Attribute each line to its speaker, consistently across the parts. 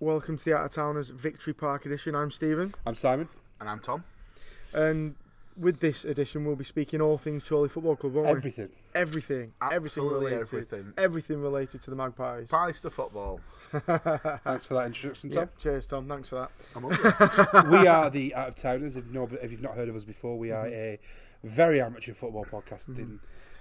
Speaker 1: Welcome to the Out of Towners Victory Park edition. I'm Stephen,
Speaker 2: I'm Simon.
Speaker 3: And I'm Tom.
Speaker 1: and with this edition, we'll be speaking all things Chorley Football Club, won't
Speaker 2: Everything.
Speaker 1: we? Everything, everything
Speaker 3: Absolutely
Speaker 1: related,
Speaker 3: everything.
Speaker 1: everything related to the Magpies.
Speaker 3: Pies to football.
Speaker 2: Thanks for that introduction,
Speaker 1: Yeah,
Speaker 2: Tom.
Speaker 1: cheers, Tom. Thanks for that.
Speaker 3: I'm hungry.
Speaker 2: we are the Out of Towners. If, no, if you've not heard of us before, we are a very amateur football
Speaker 1: Mm-hmm.
Speaker 2: podcasting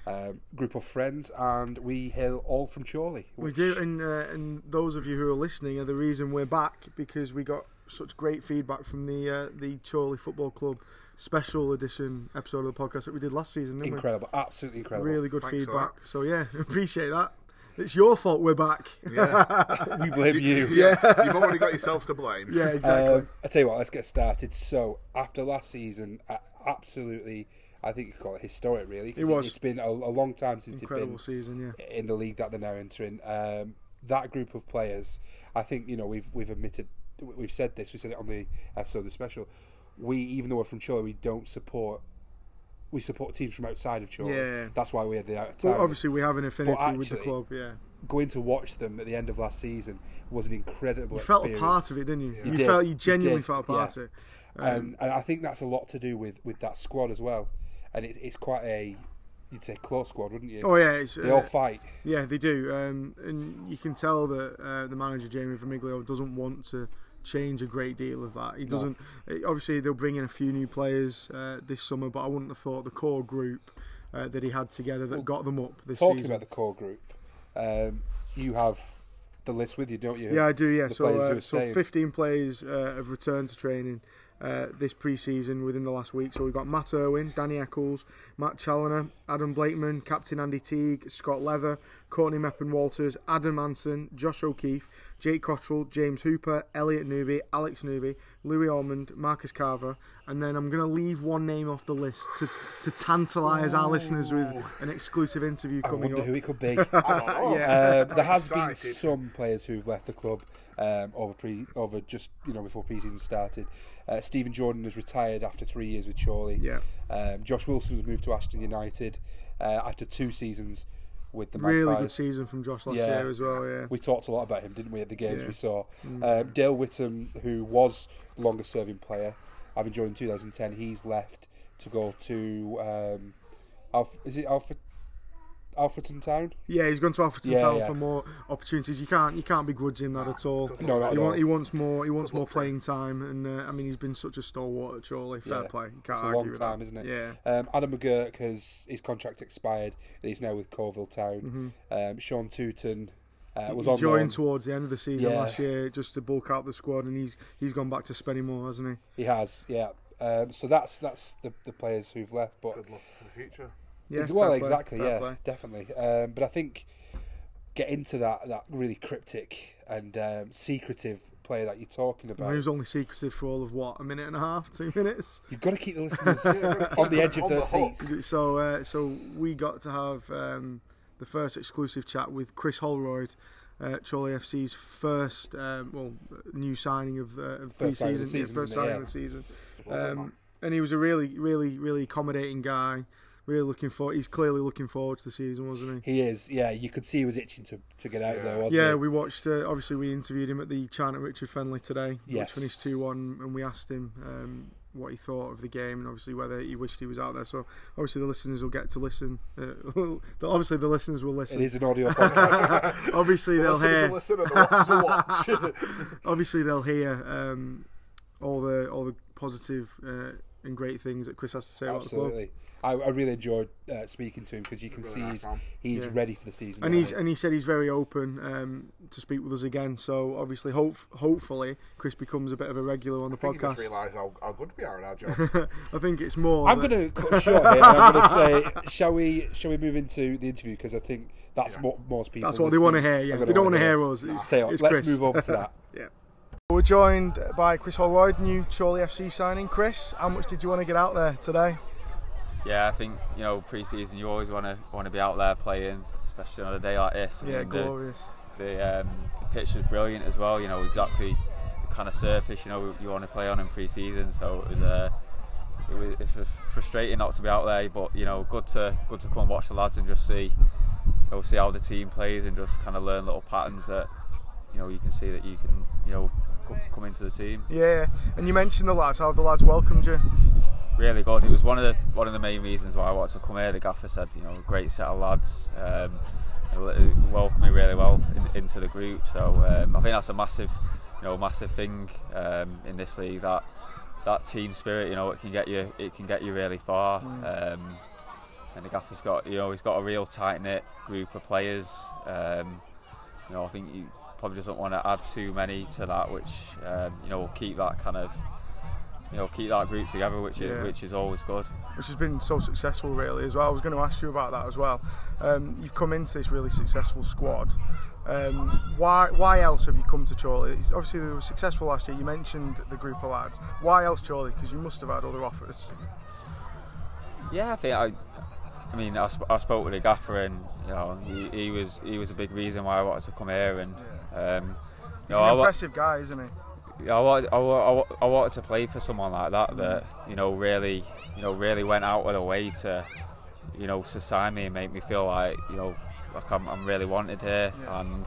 Speaker 2: um, group of friends, and we hail all from Chorley.
Speaker 1: We
Speaker 2: which-
Speaker 1: do, and uh, and those of you who are listening are the reason we're back because we got such great feedback from the uh, the Chorley Football Club special edition episode of the podcast that we did last season. Didn't
Speaker 2: Incredible, absolutely
Speaker 1: we?
Speaker 2: incredible.
Speaker 1: Really good
Speaker 3: Thanks for
Speaker 1: feedback. So yeah, appreciate that. It's your fault we're back.
Speaker 3: Yeah.
Speaker 2: we blame you.
Speaker 3: yeah. You've already got yourselves to blame.
Speaker 1: Yeah,
Speaker 3: Uh,
Speaker 1: exactly.
Speaker 2: Um, I tell you what, let's get started. So after last season, a- absolutely, I think you call it historic. Really, 'cause
Speaker 1: It was.
Speaker 2: It's been a, a long time since it's
Speaker 1: Incredible
Speaker 2: been
Speaker 1: season, yeah.
Speaker 2: in the league that they're now entering. Um, that group of players, I think you know we've we've admitted we've said this. We said it on the episode of the special. We even though we're from Chile, we don't support. We support teams from outside of Chile.
Speaker 1: Yeah.
Speaker 2: That's why we had the out of town.
Speaker 1: Well, obviously, we have an affinity with the
Speaker 2: actually,
Speaker 1: club. Yeah,
Speaker 2: going to watch them at the end of last season was an incredible.
Speaker 1: you felt a
Speaker 2: experience.
Speaker 1: part of it, didn't you? You
Speaker 2: did,
Speaker 1: felt you
Speaker 2: you
Speaker 1: genuinely
Speaker 2: did,
Speaker 1: felt a part
Speaker 2: yeah.
Speaker 1: of it. Um,
Speaker 2: and, and I think that's a lot to do with with that squad as well. And it, it's quite a you'd say close squad, wouldn't you?
Speaker 1: Oh yeah, it's,
Speaker 2: They all
Speaker 1: uh,
Speaker 2: fight.
Speaker 1: Yeah, they do, um, and you can tell that uh, the manager Jamie Vermiglio doesn't want to change a great deal of that. He doesn't. eh, Obviously, they'll bring in a few new players uh, this summer, but I wouldn't have thought the core group uh, that he had together that got them up this
Speaker 2: Talking
Speaker 1: season.
Speaker 2: about the core group, um, you have the list with you, don't you?
Speaker 1: Yeah, I do. Yeah,
Speaker 2: The
Speaker 1: so
Speaker 2: players who
Speaker 1: uh,
Speaker 2: are
Speaker 1: so
Speaker 2: staying.
Speaker 1: 15 players uh, have returned to training uh, this pre-season within the last week. So we've got Matt Irwin, Danny Eccles, Matt Challoner, Adam Blakeman, Captain Andy Teague, Scott Leather, Courtney Meppen Walters, Adam Anson, Josh O'Keefe, Jake Cottrell, James Hooper, Elliot Newby, Alex Newby, Louis Ormond, Marcus Carver, and then I'm going to leave one name off the list to to tantalise our listeners with an exclusive interview
Speaker 2: Oh. I
Speaker 1: coming
Speaker 2: wonder
Speaker 1: up.
Speaker 2: who it could be.
Speaker 3: I don't know.
Speaker 1: Yeah.
Speaker 2: Um, there has been
Speaker 3: excited.
Speaker 2: some players who've left the club um, over pre over just you know before preseason started. Uh, Stephen Jordan has retired after three years with Chorley.
Speaker 1: Yeah.
Speaker 2: Um, Josh Wilson's moved to Ashton United uh, after two seasons with the
Speaker 1: Really good
Speaker 2: Magpies.
Speaker 1: season from Josh last
Speaker 2: Yeah.
Speaker 1: year as well. Yeah.
Speaker 2: We talked a lot about him, didn't we, at the
Speaker 1: Yeah.
Speaker 2: games
Speaker 1: Mm.
Speaker 2: we saw? Um, Dale Whittam, who was longest serving player, having joined in 2010, he's left to go to um, Alf- is it Alfred Alfreton Town?
Speaker 1: Yeah, he's gone to Alfreton
Speaker 2: Yeah,
Speaker 1: Town
Speaker 2: yeah.
Speaker 1: for more opportunities. You can't you can't begrudge him that at all.
Speaker 2: No, not
Speaker 1: he,
Speaker 2: at all.
Speaker 1: want- he wants more. He wants
Speaker 3: Good
Speaker 1: more
Speaker 3: luck for
Speaker 1: playing time, and uh, I mean he's been such a stalwart at Chorley. Fair
Speaker 2: Yeah.
Speaker 1: play. You can't
Speaker 2: It's a
Speaker 1: argue
Speaker 2: long
Speaker 1: with
Speaker 2: time,
Speaker 1: that.
Speaker 2: isn't it?
Speaker 1: Yeah.
Speaker 2: Um, Adam McGurk has his contract expired, and he's now with Colville Town. Um, Sean Tooton uh,
Speaker 1: Mm-hmm.
Speaker 2: was
Speaker 1: he
Speaker 2: on loan.
Speaker 1: joined towards the end of the season
Speaker 2: Yeah.
Speaker 1: last year just to bulk out the squad, and he's he's gone back to Spennymoor, hasn't he?
Speaker 2: he has, yeah. Um, so that's that's the, the players who've left, but
Speaker 3: Good luck for the future.
Speaker 1: Yeah,
Speaker 2: Ex- well,
Speaker 1: fair play,
Speaker 2: exactly,
Speaker 1: fair
Speaker 2: yeah,
Speaker 1: play.
Speaker 2: definitely. Um, but I think get into that that really cryptic and um, secretive player that you're talking
Speaker 1: I mean,
Speaker 2: about.
Speaker 1: he was only secretive for all of what a minute and a half, two minutes.
Speaker 2: You've got to keep the listeners on the edge of
Speaker 3: On
Speaker 2: their
Speaker 3: the hook.
Speaker 2: seats.
Speaker 1: So, uh, so we got to have um, the first exclusive chat with Chris Holroyd, uh, Chorley FC's first um, well new signing of, uh, of
Speaker 2: First signing of the
Speaker 1: pre-season, yeah,
Speaker 2: season,
Speaker 1: first
Speaker 2: isn't it?
Speaker 1: signing
Speaker 2: Yeah.
Speaker 1: of the season. Um, and he was a really, really, really accommodating guy. Really looking for. He's clearly looking forward to the season, wasn't he?
Speaker 2: He is, yeah. You could see he was itching to, to get out
Speaker 3: Yeah.
Speaker 2: there, wasn't
Speaker 1: Yeah,
Speaker 2: he?
Speaker 1: we watched. Uh, obviously, we interviewed him at the chant at Richard Fenley today,
Speaker 2: Yes.
Speaker 1: which finished two one, and we asked him um, what he thought of the game and obviously whether he wished he was out there. So obviously the listeners will get to listen. Uh, obviously the listeners will
Speaker 2: It
Speaker 1: listen.
Speaker 2: is an audio podcast.
Speaker 1: Obviously
Speaker 3: The
Speaker 1: they'll
Speaker 3: listeners
Speaker 1: hear.
Speaker 3: will listen and the watchers will watch.
Speaker 1: Obviously they'll hear um, all the all the positive uh, and great things that Chris has to say about the club.
Speaker 2: Absolutely. I, I really enjoyed uh, speaking to him because you can
Speaker 3: Really
Speaker 2: see
Speaker 3: nice
Speaker 2: he's,
Speaker 3: man.
Speaker 2: he's
Speaker 1: Yeah.
Speaker 2: ready for the season.
Speaker 1: And
Speaker 2: now.
Speaker 1: he's and he said he's very open um, to speak with us again. So obviously, hope, hopefully, Chris becomes a bit of a regular on the
Speaker 3: I think you
Speaker 1: podcast.
Speaker 3: just realise how, how good we are at our jobs.
Speaker 1: I think it's more.
Speaker 2: I'm
Speaker 1: that-
Speaker 2: going to cut short here. And I'm going to say, shall we? Shall we move into the interview? Because I think that's
Speaker 3: Yeah.
Speaker 2: what most people.
Speaker 1: That's what they want to
Speaker 2: listening
Speaker 1: hear.
Speaker 2: are
Speaker 1: Yeah,
Speaker 2: gonna
Speaker 1: they don't want
Speaker 2: wanna
Speaker 1: to hear us. It's,
Speaker 2: Tell you what,
Speaker 1: it's
Speaker 2: let's
Speaker 1: Chris.
Speaker 2: move over to that.
Speaker 1: Yeah. We're joined by Chris Holroyd, new Chorley FC signing. Chris, how much did you want to get out there today?
Speaker 4: Yeah, I think you know pre-season you always want to want to be out there playing, especially on a day like this. I
Speaker 1: Yeah,
Speaker 4: mean, the,
Speaker 1: glorious.
Speaker 4: the, um, the pitch was brilliant as well. You know exactly the kind of surface you know you want to play on in pre-season. So it was uh, it was, it was frustrating not to be out there, but you know good to good to come and watch the lads and just see you know, see how the team plays and just kind of learn little patterns that you know you can see that you can you know co- come into the team.
Speaker 1: Yeah, and you mentioned the lads. How have the lads welcomed you?
Speaker 4: really good. It was one of the one of the main reasons why I wanted to come here. The gaffer said, you know, great set of lads, um, l- welcomed me really well in, into the group. So um, I think that's a massive, you know, massive thing um, in this league that that team spirit. You know, it can get you it can get you really far.
Speaker 1: Mm.
Speaker 4: Um, and the gaffer's got you know he's got a real tight knit group of players. Um, you know, I think he probably doesn't want to add too many to that, which um, you know will keep that kind of you know keep that group together, which
Speaker 1: Yeah.
Speaker 4: is which is always good.
Speaker 1: which has been so successful really as well. I was going to ask you about that as well. Um, you've come into this really successful squad. Um, why why else have you come to Chorley? It's obviously they were successful last year. You mentioned the group of lads. Why else Chorley? Because you must have had other offers.
Speaker 4: Yeah, I think I. I mean, I, sp- I spoke with the gaffer, and you know, he, he was he was a big reason why I wanted to come here, and um,
Speaker 1: He's
Speaker 4: you know,
Speaker 1: an
Speaker 4: I, wa-
Speaker 1: impressive guy, isn't he?
Speaker 4: I, wanted, I, wa- I, wa- I wanted to play for someone like that that you know really you know really went out of their way to you know to sign me and make me feel like you know like I'm, I'm really wanted here
Speaker 1: Yeah.
Speaker 4: and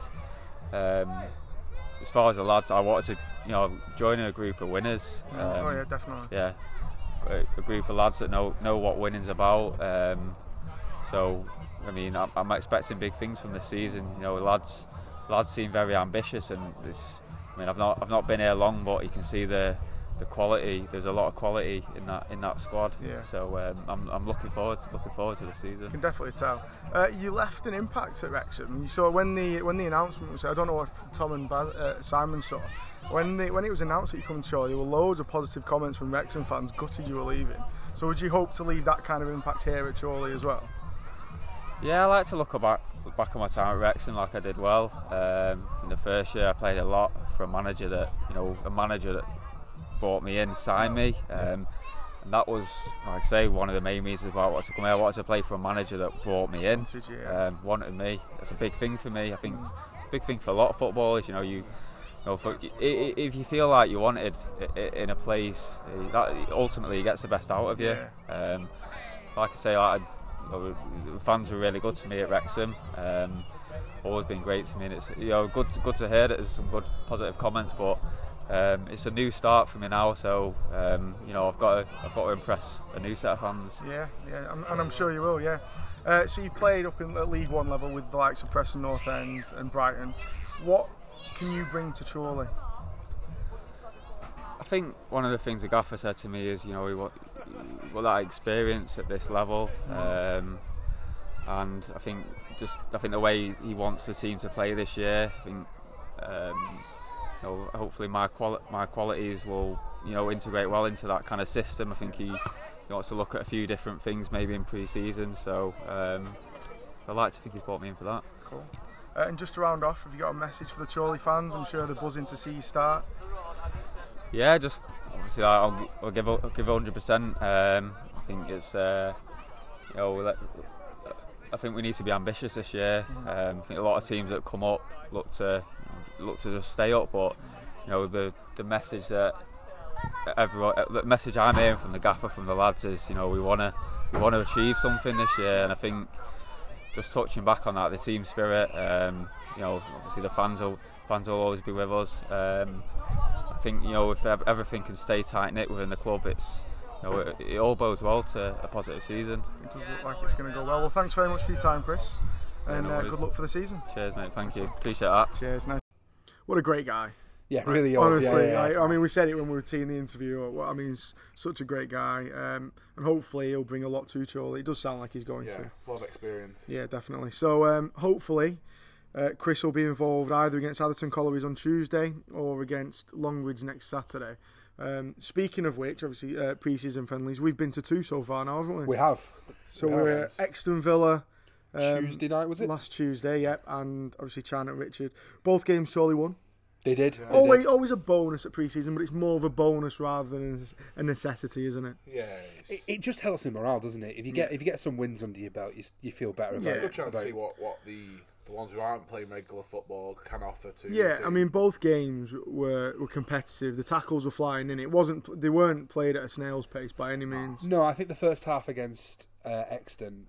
Speaker 4: um, as far as the lads I wanted to you know join a group of winners um,
Speaker 1: oh yeah, definitely.
Speaker 4: yeah, a- a group of lads that know know what winning's about. Um, so, I mean, I'm, I'm expecting big things from this season. You know, lads, lads seem very ambitious, and this. I mean, I've not I've not been here long, but you can see the the quality. There's a lot of quality in that in that squad.
Speaker 1: Yeah.
Speaker 4: So um, I'm I'm looking forward looking forward to the season.
Speaker 1: can definitely tell. Uh, you left an impact at Wrexham. You saw when the when the announcement was. I don't know if Tom and Ba- uh, Simon saw. When the, when it was announced that you come to Chorley, there were loads of positive comments from Wrexham fans gutted you were leaving. So would you hope to leave that kind of impact here at Chorley as well?
Speaker 4: Yeah, I like to look back back on my time at Wrexham like I did well. Um, in the first year, I played a lot for a manager that you know a manager that brought me in, signed me, um, and that was, like I say, one of the main reasons why I wanted to come here. I wanted to play for a manager that brought me in,
Speaker 1: Wanted you, yeah.
Speaker 4: um, wanted me. That's a big thing for me. I think it's a big thing for a lot of footballers. You know, you. You know, for, i- i- if you feel like you wanted i- i- in a place, eh, that ultimately gets the best out of you. Um, like I say, like, I, you know, the fans were really good to me at Wrexham. Um, always been great to me, and it's you know good good to hear that there's some good positive comments. But um, it's a new start for me now, so um, you know I've got to, I've got to impress a new set of fans.
Speaker 1: Yeah, yeah, I'm, and I'm sure you will. Yeah. Uh, so you've played up in at League One level with the likes of Preston North End and Brighton. What can you bring to Chorley?
Speaker 4: I think one of the things the gaffer said to me is, you know, he want, he want that experience at this level, um, and I think just I think the way he wants the team to play this year, I think, um, you know, hopefully my quali- my qualities will, you know, integrate well into that kind of system. I think he, he wants to look at a few different things maybe in pre-season, so um, I like to think he's brought me in for that.
Speaker 1: Cool. Uh, and just to round off, have you got a message for the Chorley fans? I'm sure they're buzzing to see you start.
Speaker 4: Yeah, just obviously like, I'll, gi- I'll give I'll give 100. percent um, I think it's uh, you know let, I think we need to be ambitious this year. Um, I think a lot of teams that come up look to look to just stay up, but you know the the message that everyone the message I'm hearing from the gaffer from the lads is you know we want to we want to achieve something this year, and I think just touching back on that the team spirit. Um, you know obviously the fans will fans will always be with us. Um, I think you know if ev- everything can stay tight knit within the club, it's you know it, it all bodes well to a positive season.
Speaker 1: It does look like it's going to go well. Well, thanks very much for your time, Chris, and
Speaker 4: no
Speaker 1: uh,
Speaker 4: worries.
Speaker 1: good luck for the season.
Speaker 4: Cheers, mate. Thank you. Appreciate that.
Speaker 1: Cheers. Nice. What a great guy.
Speaker 2: Yeah, really. is,
Speaker 1: Honestly,
Speaker 2: yeah, yeah,
Speaker 1: I,
Speaker 2: yeah.
Speaker 1: um, I mean, we said it when we were teeing the interview. up. Well, I mean, he's such a great guy, um, and hopefully he'll bring a lot to Chorley. It does sound like he's going
Speaker 3: Yeah,
Speaker 1: to.
Speaker 3: a lot of experience.
Speaker 1: Yeah, definitely. So um, hopefully, uh, Chris will be involved either against Atherton Collieries on Tuesday or against Longridge next Saturday. Um, speaking of which, obviously uh, pre-season friendlies, we've been to two so far now, haven't we?
Speaker 2: we have.
Speaker 1: so
Speaker 2: we have.
Speaker 1: we're Exton Villa. um,
Speaker 2: Tuesday night was it?
Speaker 1: Last Tuesday, yep, and obviously Chan and Richard. Both games surely won.
Speaker 2: They did. They
Speaker 1: Always,
Speaker 2: did.
Speaker 1: always a bonus at pre-season, but it's more of a bonus rather than a necessity, isn't it?
Speaker 3: Yeah,
Speaker 2: It, it just helps in morale, doesn't it? If you get if you get some wins under your belt, you, s- you feel better about
Speaker 1: Mm. Yeah.
Speaker 2: it.
Speaker 3: good chance to
Speaker 2: about
Speaker 3: see
Speaker 2: it.
Speaker 3: what, what the the ones who aren't playing regular football can offer to. the
Speaker 1: Yeah, I
Speaker 3: team.
Speaker 1: mean, both games were, were competitive. The tackles were flying in. It wasn't they weren't played at a snail's pace by any means.
Speaker 2: No, I think the first half against uh, Exton,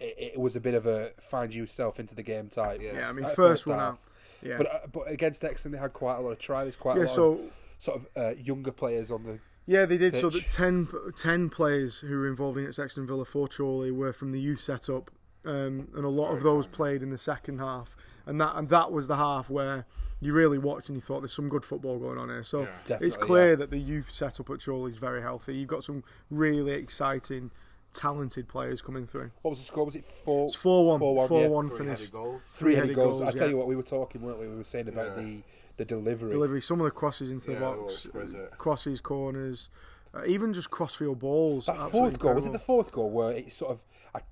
Speaker 2: it, it was a bit of a find yourself into the game type.
Speaker 3: Yeah, I
Speaker 1: mean,
Speaker 2: That
Speaker 1: first one out. Yeah.
Speaker 2: But uh, but against Exton, they had quite a lot of tries, quite a
Speaker 1: Yeah,
Speaker 2: lot
Speaker 1: so-
Speaker 2: of sort of uh, younger players on the.
Speaker 1: Yeah, they did. So
Speaker 2: pitch.
Speaker 1: that 10, 10 players who were involved in it, Sexton Villa for Chorley, were from the youth setup, um, and a lot of those played in the second half. And that and that was the half where you really watched and you thought there's some good football going on here. So it's
Speaker 2: Definitely,
Speaker 1: clear
Speaker 2: yeah.
Speaker 1: that the youth setup at Chorley is very healthy. You've got some really exciting, talented players coming through.
Speaker 2: What was the score? Was it four?
Speaker 1: It's 4 1. 4
Speaker 2: 4-1,
Speaker 1: 1,
Speaker 2: yeah.
Speaker 3: Three-headed
Speaker 1: finished.
Speaker 3: goals.
Speaker 2: Three headed goals. I tell
Speaker 1: yeah.
Speaker 2: you what, we were talking, weren't we? We were saying about
Speaker 3: Yeah.
Speaker 2: the the delivery.
Speaker 1: delivery. Some of the crosses into the
Speaker 3: Yeah, they were
Speaker 1: box,
Speaker 3: exquisite.
Speaker 1: crosses, corners, uh, even just crossfield balls.
Speaker 2: That
Speaker 1: absolutely
Speaker 2: fourth goal was it
Speaker 1: incredible.
Speaker 2: the fourth goal where it sort of I, uh,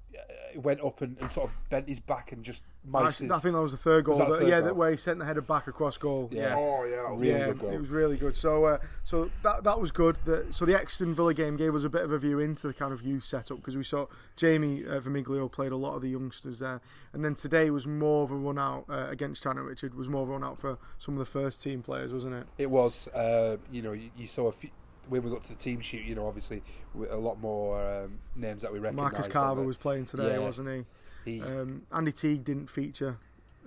Speaker 2: it went up and, and sort of bent his back and just
Speaker 1: Actually,
Speaker 2: mices.
Speaker 1: I think that was the third goal.
Speaker 2: that the
Speaker 1: that-
Speaker 2: third
Speaker 1: yeah,
Speaker 2: goal?
Speaker 1: that where he sent the header back across goal.
Speaker 2: Yeah.
Speaker 3: Oh yeah, that was
Speaker 2: Really
Speaker 1: yeah,
Speaker 2: good goal.
Speaker 1: it was really good. So, uh, so that that was good. The, so the Exton Villa game gave us a bit of a view into the kind of youth setup because we saw Jamie uh, Vermiglio played a lot of the youngsters there, and then today was more of a run out uh, against China Richard was more of a run out for some of the first team players, wasn't it?
Speaker 2: It was, uh, you know, you, you saw a few. When we got to the team sheet, you know, obviously with a lot more um, names that we recognised.
Speaker 1: Marcus
Speaker 2: on
Speaker 1: Carver
Speaker 2: there.
Speaker 1: was playing today,
Speaker 2: Yeah.
Speaker 1: wasn't he?
Speaker 2: He,
Speaker 1: Um, Andy Teague didn't feature.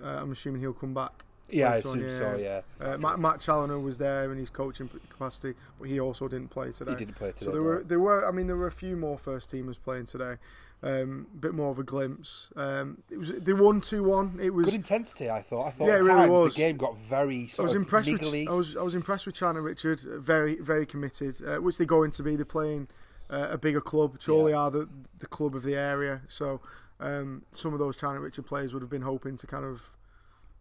Speaker 1: Uh, I'm assuming he'll come back.
Speaker 2: yeah, I
Speaker 1: later on,
Speaker 2: assume so. Yeah,
Speaker 1: Uh, Matt, Matt Challoner was there in his coaching capacity, but he also didn't play today.
Speaker 2: he didn't play today.
Speaker 1: So there
Speaker 2: no.
Speaker 1: were there were I mean there were a few more first teamers playing today. Um, bit more of a glimpse. Um, it was they won two one. It was
Speaker 2: good intensity. I thought. I thought
Speaker 1: Yeah,
Speaker 2: at
Speaker 1: it really
Speaker 2: times
Speaker 1: was.
Speaker 2: the game got very
Speaker 1: I
Speaker 2: sort
Speaker 1: was
Speaker 2: of
Speaker 1: impressed
Speaker 2: niggly.
Speaker 1: with I was I was impressed with China Richard. uh, Very very committed, uh, which they go into be. They're playing uh, a bigger club. Surely
Speaker 2: Yeah.
Speaker 1: are the the club of the area. So um, some of those China Richard players would have been hoping to kind of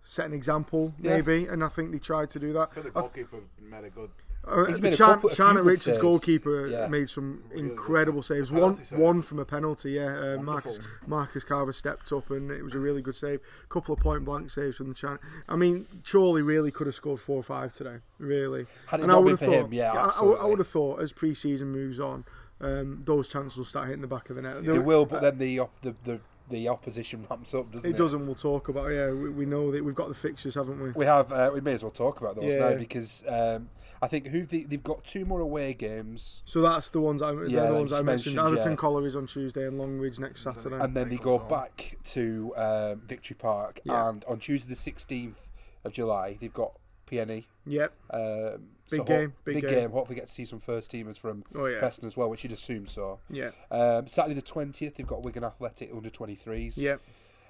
Speaker 1: set an example
Speaker 2: Yeah.
Speaker 1: maybe, and I think they tried to do that.
Speaker 3: I think the
Speaker 1: I
Speaker 3: goalkeeper made a good.
Speaker 1: Uh,
Speaker 2: He's made a
Speaker 1: Chan-
Speaker 2: couple- a few
Speaker 1: Chana
Speaker 2: good
Speaker 1: Richards,
Speaker 2: saves.
Speaker 1: goalkeeper,
Speaker 2: Yeah.
Speaker 1: made some
Speaker 3: Really good
Speaker 1: incredible saves.
Speaker 3: Penalty
Speaker 1: One,
Speaker 3: save.
Speaker 1: one from a penalty. Yeah, uh, Marcus
Speaker 3: Wonderful.
Speaker 1: Marcus Carver stepped up, and it was a really good save. couple of point blank saves from the China. I mean, Chorley really could have scored four or five today. Really,
Speaker 2: Had it
Speaker 1: and I
Speaker 2: not been
Speaker 1: would have
Speaker 2: for
Speaker 1: thought.
Speaker 2: him, yeah,
Speaker 1: I- I,
Speaker 2: absolutely.
Speaker 1: would have thought as pre-season moves on, um, those chances will start hitting the back of the net.
Speaker 2: It will, but then the, op- the the the opposition ramps up, doesn't it?
Speaker 1: It does, and we'll talk about. it. Yeah, we, we know that we've got the fixtures, haven't we?
Speaker 2: We have. Uh, we may as well talk about those
Speaker 1: Yeah.
Speaker 2: now because um, I think who they, they've got two more away games.
Speaker 1: So that's the ones I, they're
Speaker 2: Yeah,
Speaker 1: the
Speaker 2: I
Speaker 1: ones I
Speaker 2: just
Speaker 1: mentioned.
Speaker 2: mentioned,
Speaker 1: Atherton
Speaker 2: yeah.
Speaker 1: Collar is on Tuesday and Longridge next Saturday.
Speaker 2: and then they
Speaker 3: Take
Speaker 2: go
Speaker 3: control.
Speaker 2: back to um, Victory Park,
Speaker 1: Yeah.
Speaker 2: and on Tuesday the sixteenth of July they've got E. PNE.
Speaker 1: yep.
Speaker 2: Um,
Speaker 1: Big
Speaker 2: ho-
Speaker 1: game, big game.
Speaker 2: Hopefully, get to see some first teamers from
Speaker 1: Oh, yeah.
Speaker 2: Preston as well, which you'd assume so.
Speaker 1: Yeah.
Speaker 2: Um, Saturday the twentieth, they've got Wigan Athletic under twenty threes.
Speaker 1: Yep.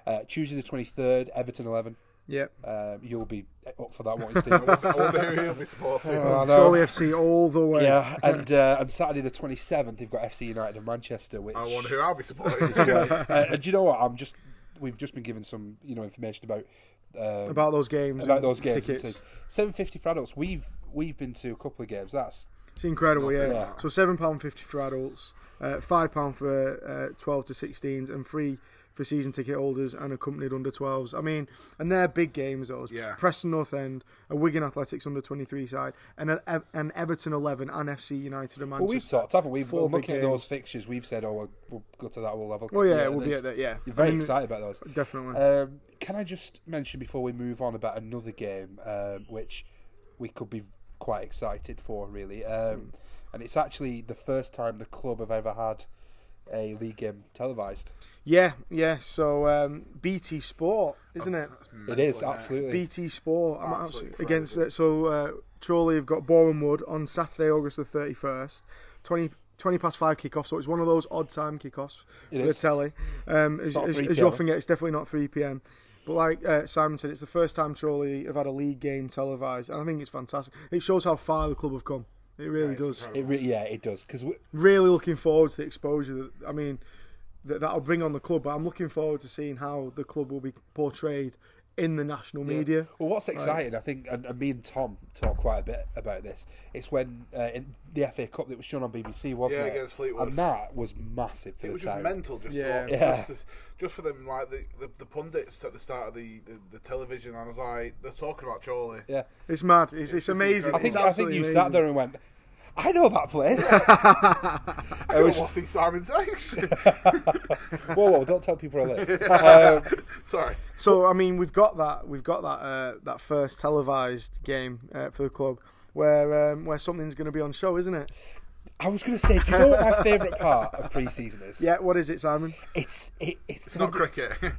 Speaker 2: Uh, Tuesday the twenty third, Everton eleven.
Speaker 1: Yep.
Speaker 2: Um, you'll be up for that one. Steve.
Speaker 3: I wonder who he'll be supporting.
Speaker 2: Oh, I know.
Speaker 1: Surely FC all the way.
Speaker 2: Yeah, and uh, and Saturday the twenty seventh, they've got FC United of Manchester. Which
Speaker 3: I wonder who I'll be supporting.
Speaker 2: uh, and do you know what? I'm just we've just been given some you know information about um,
Speaker 1: About those games.
Speaker 2: about
Speaker 1: and
Speaker 2: those games.
Speaker 1: Tickets.
Speaker 2: Seven fifty for adults. We've we've been to a couple of games. That's
Speaker 1: It's incredible, yeah.
Speaker 2: Yeah.
Speaker 1: So seven pound fifty for adults, uh, five pound for uh, twelve to sixteens, and free for season ticket holders and accompanied under twelves. I mean, and they're big games those.
Speaker 3: Yeah.
Speaker 1: Preston North End, a Wigan Athletics under twenty three side, and an, an Everton eleven and FC United of
Speaker 2: well, we've
Speaker 1: Manchester.
Speaker 2: talked, haven't we? We've
Speaker 1: four
Speaker 2: been
Speaker 1: big
Speaker 2: looking at those fixtures. We've said, oh, we'll, we'll go to that. We'll level.
Speaker 1: Well, yeah, we'll be at that, yeah.
Speaker 2: you're very
Speaker 1: I mean,
Speaker 2: excited about those.
Speaker 1: Definitely.
Speaker 2: Um, can I just mention before we move on about another game, um, which we could be quite excited for, really? Um,
Speaker 1: Hmm.
Speaker 2: and it's actually the first time the club have ever had a league game televised.
Speaker 1: yeah, yeah. So um, BT Sport, isn't it?
Speaker 2: It is absolutely.
Speaker 1: BT Sport. I'm
Speaker 3: Absolutely
Speaker 1: absolutely against
Speaker 3: incredible.
Speaker 1: it. So uh, Chorley have got Boreham Wood on Saturday, August the 31st. 20, 20 past five kickoff. So it's one of those odd time kickoffs
Speaker 2: It
Speaker 1: for the
Speaker 2: is.
Speaker 1: telly. Um, as,
Speaker 2: not
Speaker 1: as,
Speaker 2: 3
Speaker 1: as you
Speaker 2: PM.
Speaker 1: often get, it's definitely not 3 p.m. But like uh, Simon said, it's the first time Chorley have had a league game televised, and I think it's fantastic. It shows how far the club have come. It really does.
Speaker 2: It re- yeah, it does because
Speaker 1: Really looking forward to the exposure. That, I mean, that that'll bring on the club. But I'm looking forward to seeing how the club will be portrayed in the national media.
Speaker 2: Well, what's exciting, I think, and, and me and Tom talk quite a bit about this. It's when uh, in the FA Cup that was shown on BBC, wasn't
Speaker 3: Yeah,
Speaker 2: it?
Speaker 3: against Fleetwood.
Speaker 2: and that was massive for
Speaker 3: It
Speaker 2: the
Speaker 3: was just
Speaker 2: time.
Speaker 3: mental, just
Speaker 1: Yeah.
Speaker 3: to,
Speaker 2: Yeah.
Speaker 3: Just, just for them, like the, the, the pundits at the start of the, the, the television. I was like, they're talking about Chorley.
Speaker 2: Yeah,
Speaker 1: It's mad. It's, it's amazing.
Speaker 2: I
Speaker 3: I
Speaker 1: It's
Speaker 2: think I think
Speaker 1: absolutely
Speaker 2: you
Speaker 1: amazing.
Speaker 2: sat there and went, "I know that place."
Speaker 3: I
Speaker 2: It was-
Speaker 3: was watching Simon's house.
Speaker 2: whoa, whoa! Don't tell people I live. um,
Speaker 3: Sorry,
Speaker 1: So I mean, we've got that. We've got that. Uh, that first televised game uh, for the club, where um, where something's going to be on show, isn't it?
Speaker 2: I was going to say, do you know what my favourite part of pre-season is?
Speaker 1: Yeah, what is it, Simon?
Speaker 2: It's it, it's, the,
Speaker 3: Not cricket.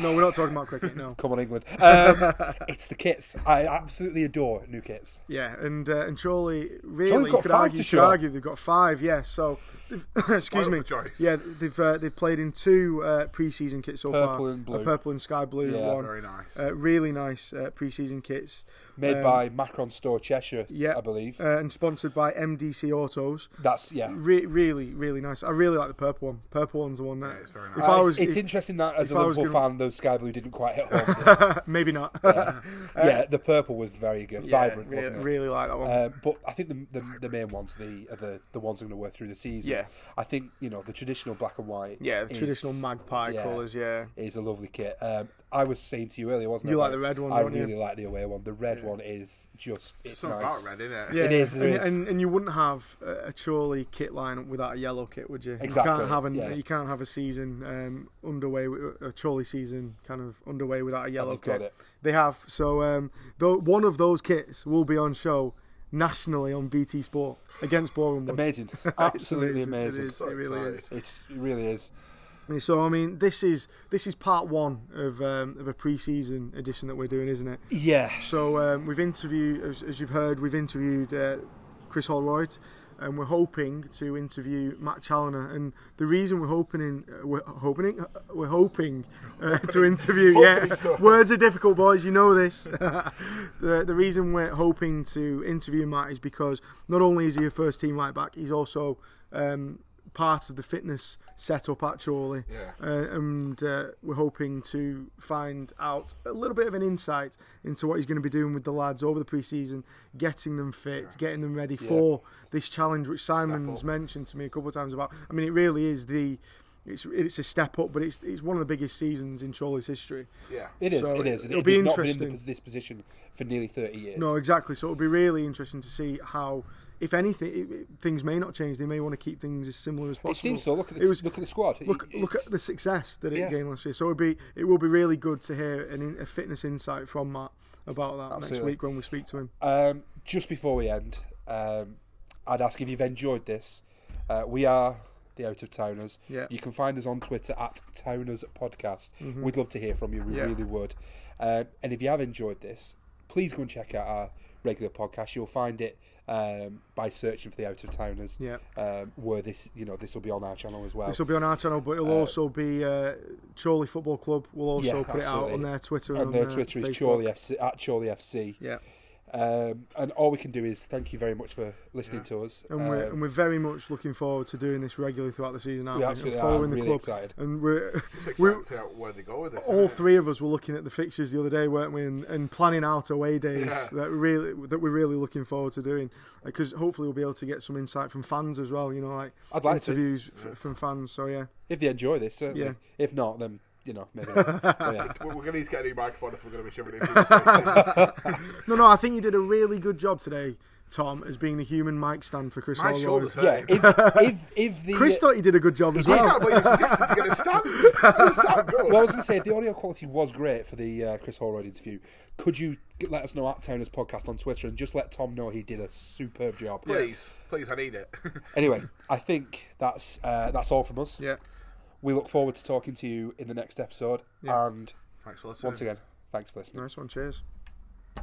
Speaker 1: No, we're not talking about cricket. No.
Speaker 2: come on England. Um, it's the kits. I absolutely adore new kits.
Speaker 1: Yeah, and uh, and surely,
Speaker 2: Surely
Speaker 1: really,
Speaker 2: they've
Speaker 1: you
Speaker 2: got
Speaker 1: could
Speaker 2: five
Speaker 1: argue,
Speaker 2: to
Speaker 1: you could
Speaker 2: show.
Speaker 1: argue they've got five. Yeah, so they've- excuse
Speaker 3: Spoiled
Speaker 1: me.
Speaker 3: for choice.
Speaker 1: Yeah, they've uh, they've played in two uh, preseason kits so
Speaker 2: Purple
Speaker 1: far:
Speaker 2: and blue.
Speaker 1: a purple and sky blue
Speaker 2: Yeah.
Speaker 1: one.
Speaker 3: Very nice.
Speaker 1: Uh, really nice uh, preseason kits.
Speaker 2: Made
Speaker 1: Um,
Speaker 2: by Macron Store Cheshire,
Speaker 1: Yeah,
Speaker 2: I believe.
Speaker 1: uh, and sponsored by MDC Autos.
Speaker 2: That's yeah.
Speaker 1: Re- really, really nice. I really like the purple one. Purple one's the one that.
Speaker 3: Yeah, it's very
Speaker 1: If
Speaker 3: nice.
Speaker 1: I
Speaker 2: Uh,
Speaker 1: was,
Speaker 2: it's, it's
Speaker 1: if-
Speaker 2: interesting that as a
Speaker 1: if I was
Speaker 2: Liverpool
Speaker 1: gonna-
Speaker 2: fan, those sky blue didn't quite hit home.
Speaker 1: maybe not.
Speaker 2: yeah, the purple was very good,
Speaker 1: Yeah,
Speaker 2: vibrant,
Speaker 1: re-
Speaker 2: wasn't it?
Speaker 1: Really like that one.
Speaker 2: Uh, but I think the, the the main ones the are the the ones that are going to work through the season.
Speaker 1: Yeah.
Speaker 2: I think you know the traditional black and white.
Speaker 1: yeah, the
Speaker 2: is-
Speaker 1: traditional magpie
Speaker 2: yeah,
Speaker 1: colours. Yeah.
Speaker 2: is a lovely kit. Um, I was saying to you earlier, wasn't
Speaker 1: You
Speaker 2: I?
Speaker 1: like
Speaker 2: about-
Speaker 1: the red one,
Speaker 2: I
Speaker 1: don't you?
Speaker 2: really like the away one. The red one is just it's,
Speaker 3: It's not
Speaker 2: nice.
Speaker 3: about red, is it?
Speaker 1: Yeah,
Speaker 2: It is, it
Speaker 1: and,
Speaker 2: is.
Speaker 1: And, and you wouldn't have a a Chorley kit lineup without a yellow kit, would you?
Speaker 2: Exactly,
Speaker 1: You can't have an,
Speaker 2: yeah.
Speaker 1: you can't have a season um, underway, wi- a Chorley season kind of underway without a yellow
Speaker 2: they've
Speaker 1: kit.
Speaker 2: got it.
Speaker 1: They have. So um, though one of those kits will be on show nationally on BT Sport against Bournemouth.
Speaker 2: Amazing, absolutely
Speaker 1: It is,
Speaker 2: amazing.
Speaker 1: It, is, it really is.
Speaker 2: It's it really is.
Speaker 1: So I mean, this is this is part one of um, of a pre-season edition that we're doing, isn't it?
Speaker 2: Yeah,
Speaker 1: So um, we've interviewed, as, as you've heard, we've interviewed uh, Chris Holroyd, and we're hoping to interview Matt Challoner. And the reason we're hoping, in, uh, we're hoping, uh, we're hoping uh, to interview. yeah, words are difficult, boys. You know this. the the reason we're hoping to interview Matt is because not only is he a first team right back, he's also um, part of the fitness setup actually
Speaker 3: Yeah.
Speaker 1: uh, and uh, we're hoping to find out a little bit of an insight into what he's going to be doing with the lads over the pre-season, getting them fit, getting them ready for this challenge which Simon's mentioned to me a couple of times about. I mean, it really is the it's it's a step up, but it's it's one of the biggest seasons in Chorley's history.
Speaker 3: Yeah.
Speaker 2: it is.
Speaker 1: So
Speaker 2: it is.
Speaker 1: it'll
Speaker 2: it
Speaker 1: be
Speaker 2: not been in the
Speaker 1: interesting.
Speaker 2: pos- this position for nearly thirty years.
Speaker 1: No, exactly. So it'll be really interesting to see how, if anything, it, it- things may not change. They may want to keep things as similar as possible.
Speaker 2: it seems so. Look at the,
Speaker 1: It was-
Speaker 2: look at the squad. It-
Speaker 1: look look
Speaker 2: it's-
Speaker 1: at the success that it
Speaker 2: Yeah.
Speaker 1: gained last year. So it'll be it will be really good to hear an, in- a fitness insight from Matt about that next
Speaker 2: Absolutely.
Speaker 1: week when we speak to him.
Speaker 2: Um, just before we end, um, I'd ask if you've enjoyed this. Uh, we are the Out of Towners.
Speaker 1: Yeah. Mm-hmm.
Speaker 2: You can find us on Twitter at Towners Podcast. We'd love to hear from you. We
Speaker 1: Yeah.
Speaker 2: really would. Um, and if you have enjoyed this, please go and check out our regular podcast. You'll find it um, by searching for the Out of Towners.
Speaker 1: Yeah.
Speaker 2: Um, where this, you know, this will be on our channel as well.
Speaker 1: This will be on our channel, but it'll also be uh, Chorley Football Club will also
Speaker 2: Yeah,
Speaker 1: put it out on
Speaker 2: absolutely.
Speaker 1: their Twitter and
Speaker 2: and their
Speaker 1: on
Speaker 2: Twitter is
Speaker 1: Facebook.
Speaker 2: Chorley FC at Chorley FC.
Speaker 1: Yeah,
Speaker 2: Um, and all we can do is thank you very much for listening to us.
Speaker 1: and we're
Speaker 2: Um,
Speaker 1: and we're very much looking forward to doing this regularly throughout the season. Aren't
Speaker 2: We
Speaker 1: we? And
Speaker 2: absolutely are.
Speaker 1: following
Speaker 2: I'm
Speaker 1: the
Speaker 2: really
Speaker 1: club,
Speaker 2: excited.
Speaker 1: and we're
Speaker 3: It's exciting
Speaker 1: we're,
Speaker 3: to see how, where they go with this.
Speaker 1: all
Speaker 3: isn't it?
Speaker 1: three of us were looking at the fixtures the other day, weren't we? And, and planning out away days
Speaker 3: Yeah.
Speaker 1: that really that we're really looking forward to doing, because hopefully we'll be able to get some insight from fans as well. You know, like
Speaker 2: I'd like to.
Speaker 1: interviews f- from fans. So yeah,
Speaker 2: If they enjoy this, certainly.
Speaker 1: Yeah.
Speaker 2: If not, then you know maybe. not. But yeah.
Speaker 3: We're, we're going to need to get a new microphone if we're going to be shivering in these places.
Speaker 1: no, no, I think you did a really good job today, Tom, as being the human mic stand for Chris
Speaker 3: My
Speaker 1: Holroyd.
Speaker 3: shoulders
Speaker 2: yeah.
Speaker 3: hurt.
Speaker 2: If if if the
Speaker 1: Chris thought you did a good job as
Speaker 3: I
Speaker 1: well.
Speaker 3: can't believe you're suggesting to get a stab. You sound good.
Speaker 2: well, I was going to say if the audio quality was great for the uh, Chris Holroyd interview, could you g- let us know at Towners Podcast on Twitter and just let Tom know he did a superb job?
Speaker 3: please, please, I need it.
Speaker 2: Anyway, I think that's uh, that's all from us.
Speaker 1: Yeah,
Speaker 2: We look forward to talking to you in the next episode. And
Speaker 3: Thanks for listening.
Speaker 2: once again, thanks for listening.
Speaker 1: nice one. Cheers.